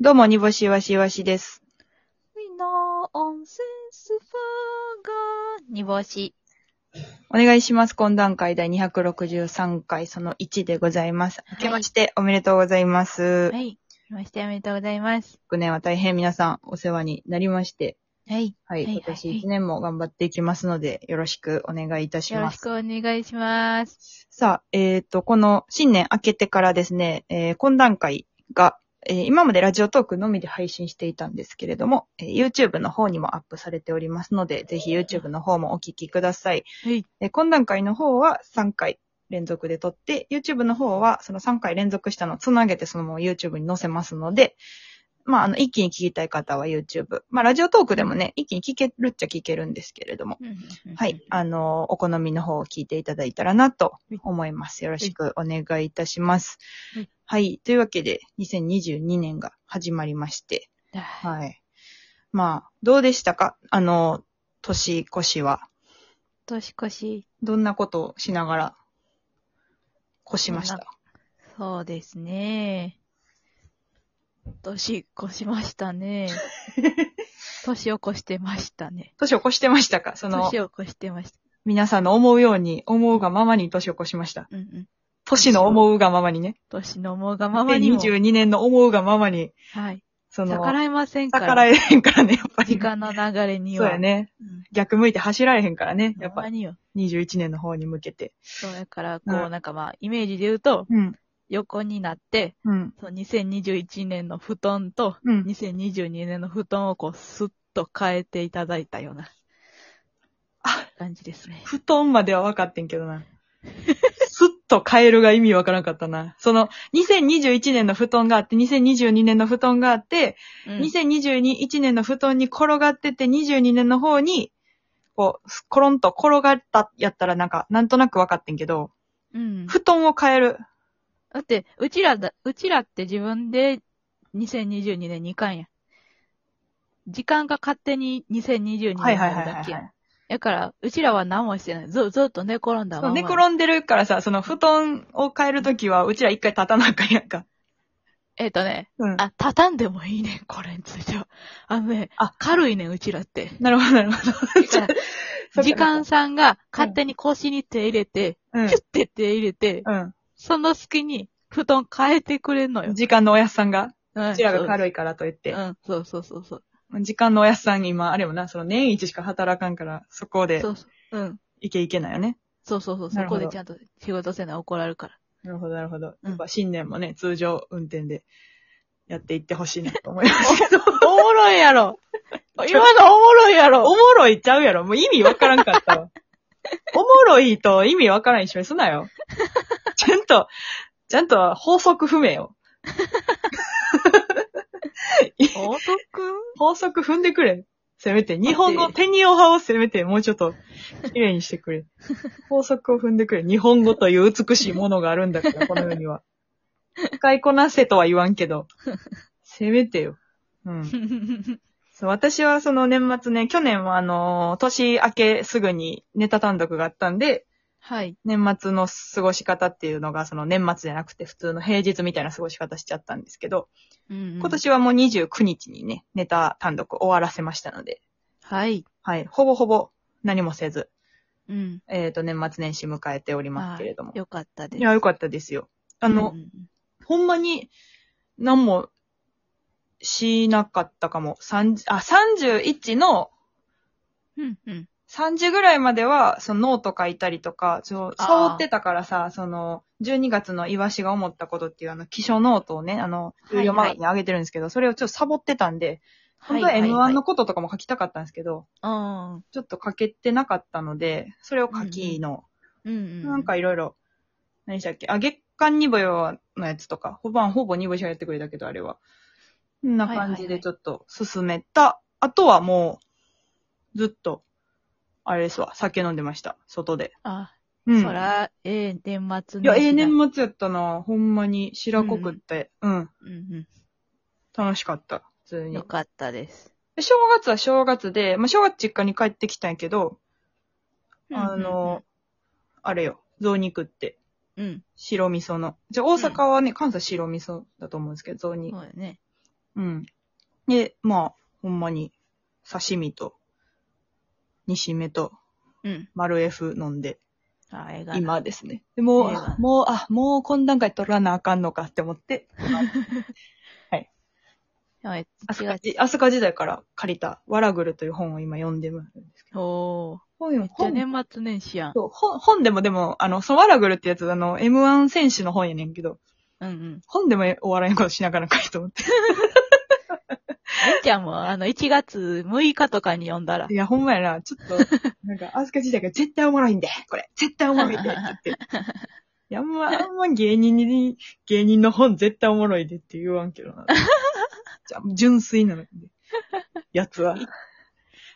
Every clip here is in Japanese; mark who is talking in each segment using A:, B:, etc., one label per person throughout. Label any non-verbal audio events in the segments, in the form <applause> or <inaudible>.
A: どうも、煮干しわしわしです。
B: みのおんせんすふーが、煮干し。
A: お願いします。懇談会第263回、その1でございます。明けましておめでとうございます。
B: はい。ましておめでとうございます。
A: 昨年は大変皆さんお世話になりまして、
B: はい。
A: はい、
B: はい
A: 私
B: はい
A: 1年も頑張っていきますので、よろしくお願いいたし
B: よろ
A: ま
B: し
A: す。
B: くお願いします。
A: さあ、えっ、と、この新年明けてからですね、えー懇談会が、えー今までラジオトークのみで配信していたんですけれども、えー YouTube の方にもアップされておりますので、ぜひ YouTube の方もお聞きください。
B: はい。
A: えー懇談会の方は3回連続で撮って、YouTube の方はその3回連続したのをつなげてそのまま YouTube に載せますので、まあ、あの、一気に聞きたい方は YouTube。まあ、ラジオトークでもね、一気に聞けるっちゃ聞けるんですけれども。はい。あの、お好みの方を聞いていただいたらなと思います。よろしくお願いいたします
B: はい。
A: はい。というわけで、2022年が始まりまして。
B: は
A: はい。まあ、どうでしたかあの、年越しは。
B: い。年越し、
A: どんなことをしながら、越しまし
B: どん
A: た。
B: そうですね。年越しまし
A: <laughs>
B: たね。年を越してましたね。
A: 年を越してましたかその、
B: 年を越してました。
A: 皆さんの思うように、思うがままに年を越しました。
B: うんうん。
A: 年の思うがままにね。
B: 年のもうがままにも。
A: 2022年の思うがままに、
B: はい。
A: その、
B: 逆らえませんから。
A: 逆らえへんからね、やっぱり。
B: 時間の流れに
A: そう
B: は。
A: やね。
B: うん。
A: 逆向いて走られへんからね。やっぱ
B: ほんまによ。
A: 21年の方に向けて。
B: そうやから、こ
A: う
B: う、なんかまあ、イメージで言うと、
A: うん。
B: 横になって、
A: うん。
B: その2021年の布団と、
A: うん。
B: 2022年の布団をこう、スッと変えていただいたような
A: あ、
B: 感じですね。
A: 布団までは分かってんけどな。すっとカエルが意味わからんかったな。その、2021年の布団があって、2022年の布団があって、
B: うん
A: 2021年の布団に転がってて、22年の方に、こう、コロンと転がった、やったらなんか、なんとなく分かってんけど、
B: うん。
A: 布団を変える。
B: だって、うちらだ、うちらって自分で2022年2巻や。時間が勝手に2022年
A: はいはい
B: な
A: はい
B: る
A: は
B: だ
A: い
B: け
A: は
B: や。
A: い。
B: だから、うちらは何もしてない。ず、ずっと寝転んだ
A: そ
B: ま
A: う、
B: ま。
A: 寝転んでるからさ、その布団を変えるときは、うちら一回立たなあかんやんか。
B: えっ、とね、
A: うん。
B: あ、畳んでもいいねん、これについては。あのね、
A: あ
B: 軽いねん、うちらって。
A: なるほどなるほ <laughs>
B: <laughs> だから
A: ど。
B: 時間、さんが勝手に腰に手入れて、
A: うん
B: キュ。ッて手入れて、
A: うん。
B: その隙に布団変えてくれんのよ。
A: 時間のおやすさんが、
B: うん
A: うちらが
B: い
A: 軽いからと言って
B: う、ん、そうそうそうそう。
A: 時間のおやすさん今、あれもな、その年一しか働かんから、そこで
B: そ、うそう。うん。
A: いけいけなんよね。
B: そうそうそう。そ
A: なるほ
B: こ
A: ど
B: でちゃんと仕事せな怒られるから。
A: なるほど、なるほど。
B: うん
A: やっぱ新年もね、通常運転でやっていってほしいなと思いま
B: <laughs>
A: すけど。おもろいや <laughs> ろ今
B: のおもろいや
A: おもろいちゃうやろもう意味わからんか
B: <laughs>
A: ったわ。おもろいと意味わからん一緒にすなよ。ちゃんと、ちゃんと法則不
B: <laughs>
A: 明を。 <laughs>
B: お得
A: 法則踏んでくれ。せめて、日本語、テニオ派をせめて、もうちょっと、綺麗にしてく
B: <laughs>
A: れ。法則を踏んでくれ。日本語という美しいものがあるんだから、この世に
B: <laughs>
A: は。使いこなせとは言わんけど、せめてよ。うん。そう、私はその年末ね、去年はあのー年明けすぐにネタ単独があったんで、
B: <laughs> はい。
A: 年末の過ごし方っていうのが、その年末じゃなくて普通の平日みたいな過ごし方しちゃったんですけど、
B: うんうん
A: 今。年はもう29日にね、ネタ単独終わらせましたので、
B: はい。
A: はい、ほぼほぼ何もせず、
B: うん。
A: えっ、と、年末年始迎えておりますけれども
B: あ。よかったです。
A: いや、よかったですよ。あの、
B: うんうん
A: ほんまに、何も、しなかったかも。三あ、31の
B: うん。うんうん。
A: 3時ぐらいまでは、そのノート書いたりとか、そう、
B: あー
A: 触ってたからさ、その、12月のイワシが思ったことっていうあの、気象ノートをね、あの、
B: はい
A: 有料マガジンに上げてるんですけど、それをちょっとサボってたんで、本当は M1 のこととかも書きたかったんですけど、
B: の、
A: ちょっと書けてなかったので、それを書きの、
B: うんうん。
A: なんかいろいろ、何でしたっけ、あ、月間ニボヨのやつとか、ほぼ、ほぼニボヨやってくれたけど、あれは。こんな感じでちょっと進めた。あとはもう、ずっと、あれですわ、酒飲んでました、外で。
B: あ、
A: うん。
B: そら、ええ年末
A: いや、ええ
B: 末。
A: 年末やったな、ほんまに、白濃くって、うん、
B: うん
A: 楽しかった、普通
B: うん。
A: に
B: よ。かったです。
A: で正月は正月で、まあ、正月実家に帰ってきたんやけど、あの、あれよ、雑肉って。
B: うん、うん
A: 白味噌の。じゃあ、大阪はね、関西白味噌だと思うんですけど、雑
B: うん。
A: 煮
B: そうだね。
A: うん。で、まあ、ほんまに、刺身と、煮しめと、
B: うん。
A: 丸 F 飲んで、
B: あー、映画。。
A: 今ですね。でもう、
B: ええわ
A: もう、あ、もう懇談会取らなあかんのかって思って、
B: おい、
A: 飛
B: 違う。
A: 鳥飛鳥時代から借りた、ワラグルという本を今読んでるんですけど。
B: おー。
A: 本よ、
B: じゃあ
A: 本
B: 年末年始やん。
A: そう本本でもでも、あの、そのワラグルってやつ、あの、M1 選手の本やねんけど、
B: うんうん。
A: 本でもお笑いのことしながら書いと思って。
B: えんちゃんも、あの、1月6日とかに読んだら
A: い。や、ほんまやな、ちょ
B: <laughs>
A: っと、なんか、飛鳥時代が絶対おもろいんで、これ、絶対おもろいんで、って
B: <laughs>
A: 言って。いや、あんま、あんま芸人に、芸人の本絶対おもろいでって言わんけど
B: <laughs>
A: な。じゃあ、純粋なので、やつ
B: <laughs>
A: は。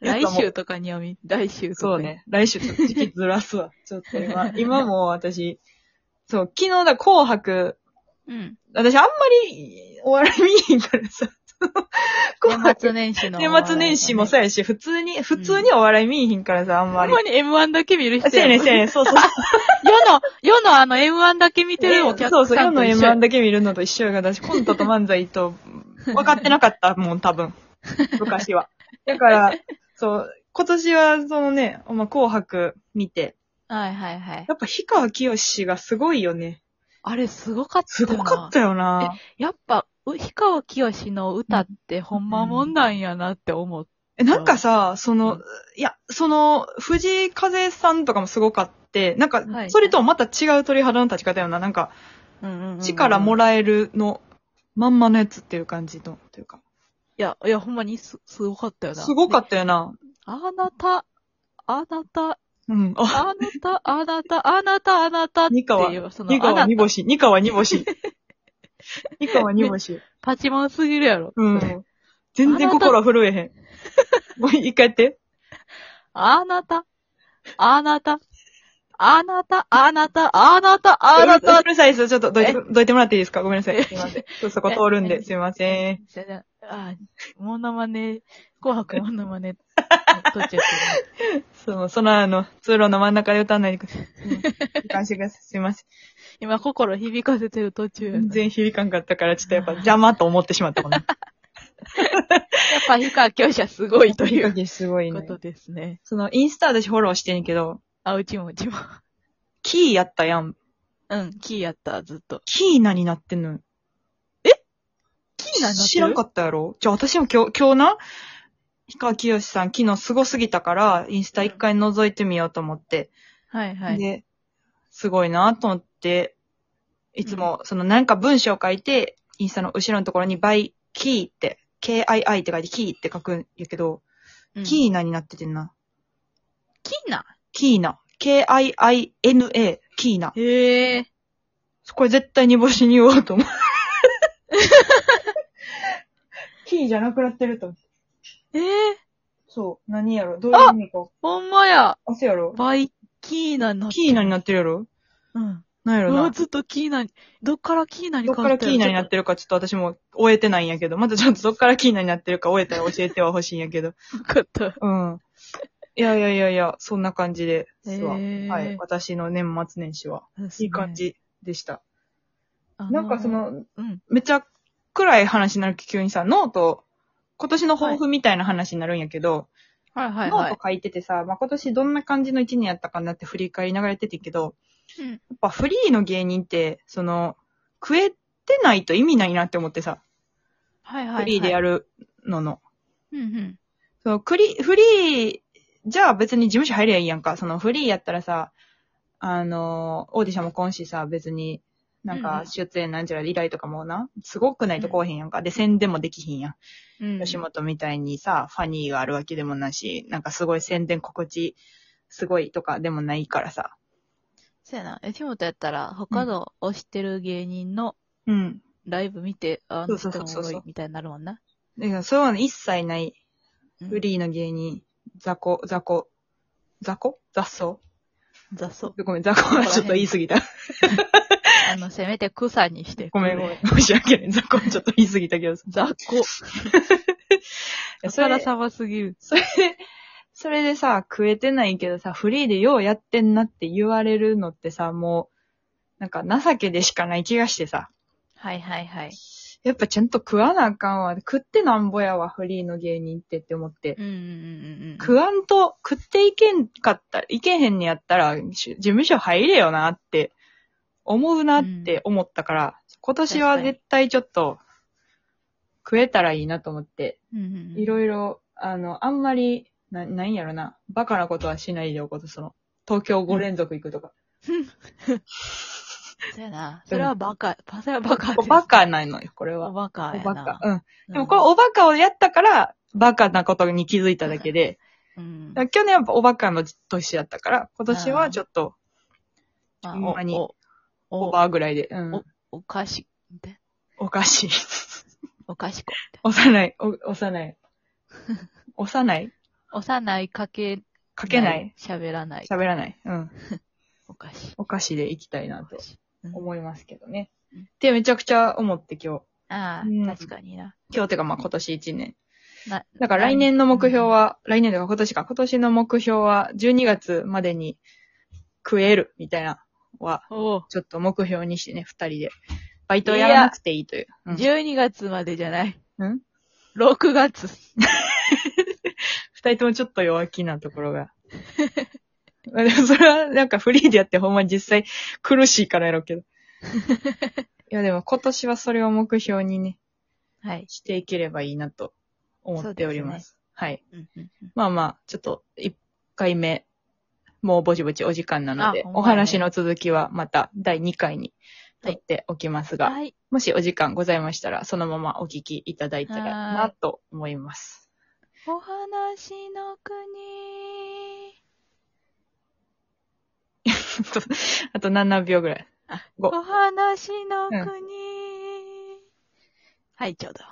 A: や
B: 来
A: つはもう
B: 週とかに読み、来週とか。
A: そう。ね。来週ちょっと時期ずらすわ。
B: <laughs>
A: ちょっと今、今もう私、そう、昨日だ、紅白、
B: うん。
A: 私あんまりお笑い見えへんから
B: <laughs>
A: さ、 <laughs> 紅
B: 年末
A: 白、
B: 年始の。
A: 年末年始もそうやし、普通に、普通にお笑い見えへんからさ、あん
B: ほ
A: ま
B: ん
A: り。
B: まに M1 だけ見る人
A: そうやね、そうや
B: ね。
A: ね、そうそう。
B: 世の、世のあの M1 だけ見てるお客さん
A: そうそ
B: と
A: う、
B: 一緒
A: 世
B: や。
A: の M1 だけ見るのと一緒やが、私コントと漫才と、分かってなかったもん、多
B: <laughs>
A: 分。昔は。だから、そう、今年は、そのね、まあ、紅白見て、
B: はいはいはい。
A: やっぱ氷川きよしがすごいよね。
B: あれすごかった
A: す
B: よな。
A: ごかったよな。
B: やっぱ、う氷川きよしの歌ってほんまもんなんやなって思う。
A: え、なんかさ、そうの
B: ん、
A: いや、その、藤井風さんとかもすごかって、なんか
B: は、い
A: それともまた違う鳥肌の立ち方よな。なんか、
B: うんうんうん
A: 力もらえるの、まんまのやつっていう感じの、というか。
B: いや、いや、ほんまにす、すごかったよな。
A: すごか
B: っ
A: ったよな。
B: た。あなた、あなた、
A: うん。あ、
B: あなた、あなた、あなた、あなたって
A: 二川
B: いう、その、
A: 二
B: あ
A: 川
B: な
A: 二星。二川二 <laughs> 星。二川二星。
B: パチモンすぎるやろ。
A: うん。全然心は震えへん。もう一回やって。
B: あなた、あなた、あなた、あなた、あなた、あなた
A: う。るさいです。ちょっとどいて、どいてもらっていいですかごめんなさい。すいません。ちょっとそこ通るん
B: え
A: で、すいません。
B: じゃじゃ、あ、モノマネ、紅白モノ
A: <laughs>
B: マネ、撮っちゃってる。
A: その、そのあの、通路の真ん中で歌わないでくださ <laughs> い。いかんしてください。すいませ
B: 今、心響かせてる途中や
A: ん。全
B: な。やっ
A: 然響かんかったから、ちょっとやっぱ邪魔と思ってしまったもん <laughs> ね。
B: ぱ、氷川きよしはすごいという
A: すごい <laughs>
B: こ
A: ね。
B: とですね。
A: その、インスタ私フォローしてんけど、
B: あ、うちもうちも。
A: キーやったやん。
B: うん、キーやった、ずっと。
A: キーなになってんの
B: キーなんだ
A: 知らんかったやろじゃあ私も今日、今日な、氷川きよしさん昨日すごすぎたから、インスタ一回覗いてみようと思って。
B: はいはい。
A: で、すごいなと思って、いつも、そのなんか文章を書いて、インスタの後ろのところに by key って、k-i-i って書いて key って書くんやけど、
B: うん
A: キーナになっててんな。
B: キーな。
A: キーナ。k-i-i-n-a。キーナ。
B: へえ。
A: これ絶対煮干しに言おう
B: <laughs>
A: と思う。キーじゃなくなってると思う。
B: ええ、
A: そう。何やろどういう意味か。
B: ほんまや。
A: あ、そうやろ
B: バイ、キーナになっ
A: キーナになってるやろ
B: うん。
A: なんやろ
B: う
A: な
B: わ、。ずっとキーナに、どっからキーナに
A: どっ
B: 変わ
A: か
B: っ
A: ら
B: た
A: キーナになっててるかちょっと私も終えてないんやけど、またちょっとどっからキーナになってるか終えたら教えてはほしいんやけど。
B: よかった。
A: うん。いやいやいやいや、そんな感じですわ。
B: へー
A: はい。私の年末年始は。いい感じでした。
B: あー。
A: なんかその、
B: うん。
A: めっちゃ暗い話になるけど急にさ、ノート、今年の抱負みたいな話になるんやけど、
B: はいはい
A: ノ
B: は
A: ー
B: い
A: ト。書いててさ、まあ、今年どんな感じの一年やったかなって振り返りながらやっててんけど、
B: うん
A: やっぱフリーの芸人って、その、食えてないと意味ないなって思ってさ、
B: はいはいはい。
A: フリーでや
B: る。
A: るのの。
B: うんうん。
A: そのクリ、フリー、じゃあ別に事務所入りゃいいやんか。そのフリーやったらさ、あのー、オーディションも今しさ、別に、なん
B: うん
A: か
B: うん
A: 出演なんちゃら依頼とかもな、すごくないとこうへんやんか。で、宣伝もできひんやん。
B: うん。
A: 吉本みたいにさ、ファニーがあるわけでもないし、なんかすごい宣伝心地、すごいとかでもないからさ。
B: そうやな。吉本やったら、他の推してる芸人の
A: うん。
B: ライブ見て、あ
A: そ
B: の
A: うそ
B: 人
A: うそう
B: も
A: そう
B: 多いみたいになるもんな。
A: だからそういうの一切ない、
B: うん
A: フリーの芸人、雑魚、雑魚、雑魚雑草
B: 雑草。
A: ごめん、雑魚はちょっと言い過ぎた。
B: あの、せめて草にして。
A: ごめんごめん。。申し訳ない。雑魚ちょっと言い過ぎたけど。
B: 雑
A: <laughs>
B: 魚。
A: や
B: あからさますぎる。
A: それで、 <laughs> それでさ、食えてないけどさ、フリーでようやってんなって言われるのってさ、もう、なんか情けでしかない気がしてさ。
B: はいはいはい。
A: やっぱちゃんと食わなあかんわ。食ってなんぼやわ、フリーの芸人ってって思って。
B: うんうんうんうん。
A: 食わんと、食っていけんかった、いけへんねやったら、し事務所入れよなって、思うなって思ったから、今年は
B: 確かに
A: 絶対ちょっと、食えたらいいなと思って、
B: うんうんうん。
A: いろいろ、あの、あんまり、な、なんやろな、バカなことはしないでおこと、その、東京5連続行くとか。
B: そうやな。それはバカ、それはバカ
A: お
B: です。
A: バカないのよ、これ
B: お
A: は。
B: バカ
A: お
B: や
A: バ
B: な
A: カ。。うん。
B: うん
A: でもこれおバカをやったから、バカなことに気づいただけで、
B: うん
A: だから去年やっぱおバカの年やったから、今年はちょっと、
B: まあ
A: ほんまに
B: お、お、
A: オー
B: お
A: バーぐらいで、うん。
B: おかし、で
A: おかしい。 <laughs>
B: おかしこ。
A: 幼い、お、幼
B: <laughs>
A: い。幼い
B: 幼いかけ、
A: かけない。
B: 喋らない。
A: 喋らない。うん。
B: おかしい。
A: お菓子でいきたいな
B: お
A: と
B: かしいうん
A: 思いますけどね
B: うん。
A: ってめちゃくちゃ思って今日。
B: あ
A: うん
B: あ、確かにな。
A: 今日てかまあ今年1年。
B: な
A: だから来年の目標、は、来年とか今年か、今年の目標は12月までに食えるみたいなは、
B: うんおう
A: ちょっと目標にしてね、二人で。バイトやらなくていいという。うん
B: 12月までじゃない。
A: うん
B: 6月。
A: 二人ともちょっと弱気なところが。 <laughs> まあでもそれはなんかフリーでやってほんまに実際苦しいからやろう
B: <laughs>
A: けど。いやでも今年はそれを目標にね、
B: はい。
A: していければいいなと思っております。はい。
B: うんうんうん
A: まあまあ、ちょっと一回目、もうぼちぼちお時間なので
B: あ、ほんまやね
A: お話の続きはまた第2回に取っておきますが、
B: はい。
A: もしお時間ございましたら、そのままお聞きいただいたらなと思います。
B: お話の国。
A: あと <laughs> あと7秒ぐらい。
B: お話の国。
A: う
B: はい、ちょうど。